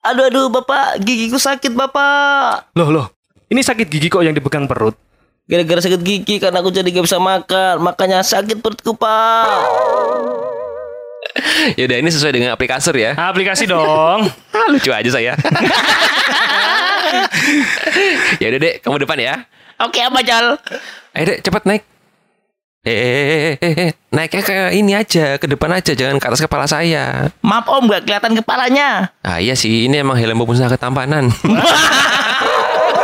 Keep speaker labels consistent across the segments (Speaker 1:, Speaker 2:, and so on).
Speaker 1: Aduh, aduh, bapak, gigiku sakit, bapak.
Speaker 2: Loh, loh. Ini sakit gigi kok yang dipegang perut?
Speaker 1: Gara-gara sakit gigi karena aku jadi gak bisa makan, makanya sakit perutku, pak.
Speaker 3: Yaudah ini sesuai dengan aplikasi ya.
Speaker 2: Aplikasi dong.
Speaker 3: Ah, lucu aja saya. ya udah dek, kamu depan ya.
Speaker 1: Oke, apa jal?
Speaker 3: Ayo dek, cepat naik. Eh, eh, eh, eh, eh, naiknya ke ini aja, ke depan aja, jangan ke atas kepala saya.
Speaker 1: Maaf om, gak kelihatan kepalanya.
Speaker 3: Ah iya sih, ini emang helm pemusnah ketampanan.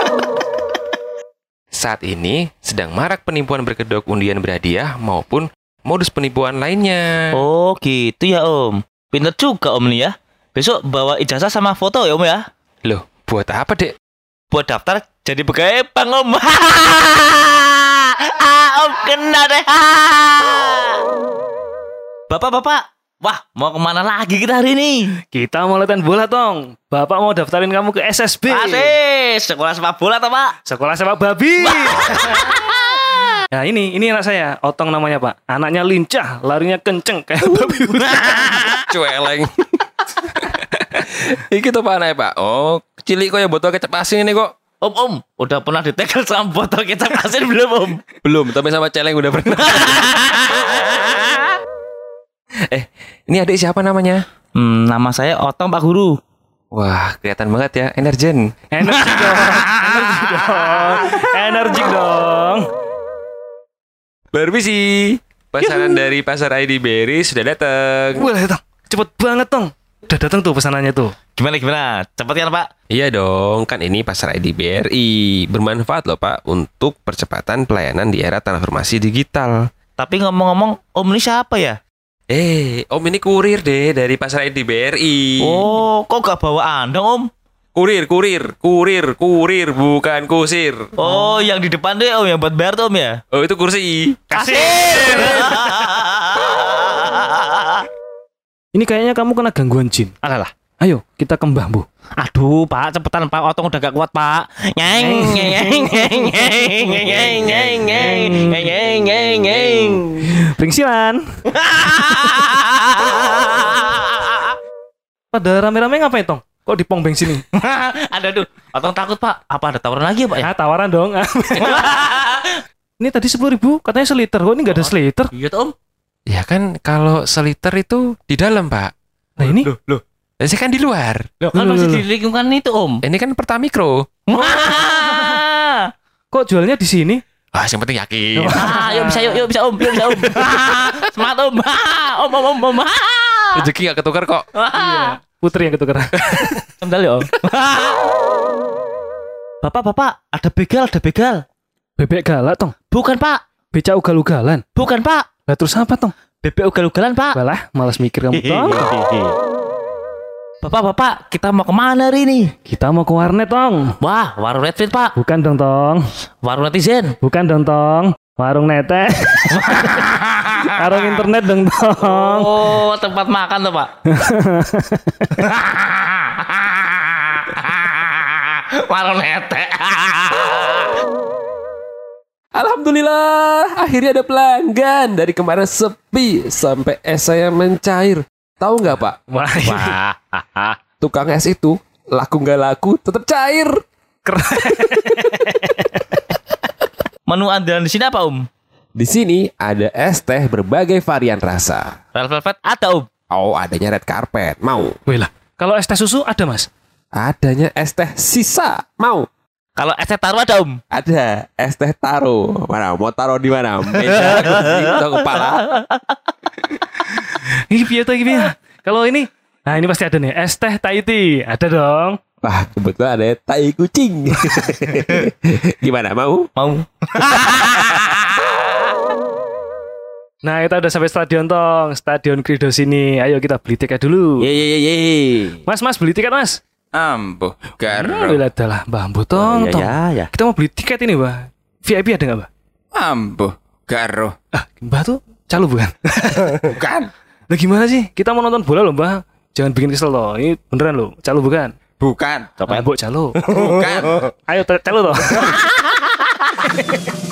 Speaker 3: Saat ini sedang marak penipuan berkedok undian berhadiah maupun modus penipuan lainnya.
Speaker 1: Oh, gitu ya om. Pinter juga om nih ya. Besok bawa ijazah sama foto ya om ya.
Speaker 3: Loh, buat apa dek?
Speaker 1: Buat daftar jadi pegawai bank om. ah, om kena deh. bapak, bapak. Wah, mau kemana lagi kita hari ini?
Speaker 2: Kita mau latihan bola, Tong. Bapak mau daftarin kamu ke SSB.
Speaker 1: Asik, sekolah sepak bola toh pak?
Speaker 2: Sekolah sepak babi. nah, ini ini anak saya, Otong namanya, Pak. Anaknya lincah, larinya kenceng kayak babi.
Speaker 3: Cueleng. Iki tuh pak pak? Oh, cilik kok ya botol kecap asin ini kok.
Speaker 1: Om, om, udah pernah ditekel sama botol kecap asin belum om?
Speaker 3: Belum, tapi sama celeng udah pernah. eh, ini adik siapa namanya?
Speaker 1: Hmm, nama saya Otong Pak Guru.
Speaker 3: Wah, kelihatan banget ya, energen.
Speaker 2: Energi dong. Energi dong. Energi dong.
Speaker 3: Berbisi. Pesanan dari pasar ID Berry sudah datang.
Speaker 2: Wah, Tong. Cepet banget, Tong. Udah datang tuh pesanannya tuh.
Speaker 1: Gimana gimana? Cepet kan pak?
Speaker 3: Iya dong, kan ini pasar ID BRI. Bermanfaat loh Pak untuk percepatan pelayanan di era transformasi digital.
Speaker 1: Tapi ngomong-ngomong, om ini siapa ya?
Speaker 3: Eh, Om ini kurir deh dari pasar ID BRI.
Speaker 1: Oh, kok gak bawa anda om?
Speaker 3: Kurir, kurir, kurir, kurir, bukan kusir.
Speaker 1: Oh, yang di depan deh om yang buat bayar tuh om ya?
Speaker 3: Oh, itu kursi.
Speaker 2: Kasih. Ini kayaknya kamu kena gangguan jin.
Speaker 1: Alah lah.
Speaker 2: Ayo, kita ke Mbah Bu.
Speaker 1: Aduh pak, cepetan pak, otong udah gak kuat pak. Nyeng, nyeng, nyeng, nyeng, nyeng, nyeng, nyeng, nyeng, nyeng, nyeng, nyeng.
Speaker 2: Pringsilan. Pada rame-rame ngapain, Tong? Kok di pom bensin ini?
Speaker 1: Ada tuh, otong takut pak. Apa ada tawaran lagi ya pak ya?
Speaker 2: Ah, tawaran dong. ini tadi 10.000 ribu, katanya seliter. Kok ini nggak ada seliter?
Speaker 1: Iya tuh om.
Speaker 3: Ya kan kalau seliter itu di dalam, Pak.
Speaker 2: Nah ini,
Speaker 3: Loh, loh. Lah, Saya kan di luar.
Speaker 1: Kan
Speaker 2: Loh,
Speaker 1: masih di
Speaker 2: loh,
Speaker 1: lingkungan itu om.
Speaker 3: Ini kan Pertamikro.
Speaker 1: Wah.
Speaker 2: kok jualnya di sini?
Speaker 3: Ah, yang penting yakin.
Speaker 4: Oh.
Speaker 1: Ah, yuk bisa yuk, yuk bisa om, yuk bisa om. Semangat om. Ah, Om om om om. Ah.
Speaker 3: Rezeki gak ketukar kok.
Speaker 1: Ah.
Speaker 2: Putri yang ketukar.
Speaker 1: Sebentar ya om. Bapak bapak, ada begal, ada begal.
Speaker 2: Bebek galak, Tong.
Speaker 1: Bukan pak,
Speaker 2: Becak ugal-ugalan.
Speaker 1: bukan pak.
Speaker 2: Lah terus apa, Tong?
Speaker 1: Bebek ugal-ugalan pak.
Speaker 2: Balah, malas mikir kamu, Tong.
Speaker 1: Bapak bapak, kita mau kemana hari ini?
Speaker 2: Kita mau ke warnet, Tong.
Speaker 1: Wah, warung Redfit pak,
Speaker 2: Bukan dong, Tong.
Speaker 1: warung netizen.
Speaker 2: Bukan dong, Tong. Warung nete. Warung internet dong, Tong.
Speaker 1: Oh, tempat makan tuh pak. warung nete.
Speaker 4: Alhamdulillah, akhirnya ada pelanggan dari kemarin sepi sampai es saya mencair. Tahu nggak Pak?
Speaker 2: Wah,
Speaker 4: Tukang es itu laku nggak laku tetap cair.
Speaker 1: Menu andalan di sini apa om?
Speaker 4: Di sini ada es teh berbagai varian rasa.
Speaker 1: Red Velvet ada om.
Speaker 4: Oh, adanya red carpet, mau.
Speaker 2: Wih lah. Kalau es teh susu ada, Mas?
Speaker 4: Adanya es teh sisa, mau.
Speaker 1: Kalau es teh taruh ada om.
Speaker 4: Ada es teh taro. Mana mau taro di mana? Meja, kursi, atau kepala?
Speaker 2: Ih, piye tuh, iki piye? Ah. Kalau ini, nah ini pasti ada nih. Es teh Tahiti, ada dong.
Speaker 4: Wah, kebetulan ada tai kucing. Gimana, mau?
Speaker 1: Mau.
Speaker 2: Nah, kita udah sampai stadion tong, stadion Krido sini. Ayo kita beli tiket dulu.
Speaker 5: Ye ye ye ye.
Speaker 2: Mas, Mas beli tiket, Mas. Nah,
Speaker 5: Ambo karo.
Speaker 2: Alhamdulillah adalah Mbah Ambu, tong,
Speaker 5: ya
Speaker 2: tong.
Speaker 5: ya ya.
Speaker 2: Kita mau beli tiket ini, Mbah. VIP ada nggak, Mbah?
Speaker 5: Ambo karo.
Speaker 2: Ah, Mbah tuh calo bukan?
Speaker 5: Bukan.
Speaker 2: Lah gimana sih? Kita mau nonton bola loh, Mbah. Jangan bikin kesel loh. Ini beneran loh, calo bukan?
Speaker 5: Bukan.
Speaker 2: Coba calo.
Speaker 5: Bukan.
Speaker 2: Ayo te- calo toh.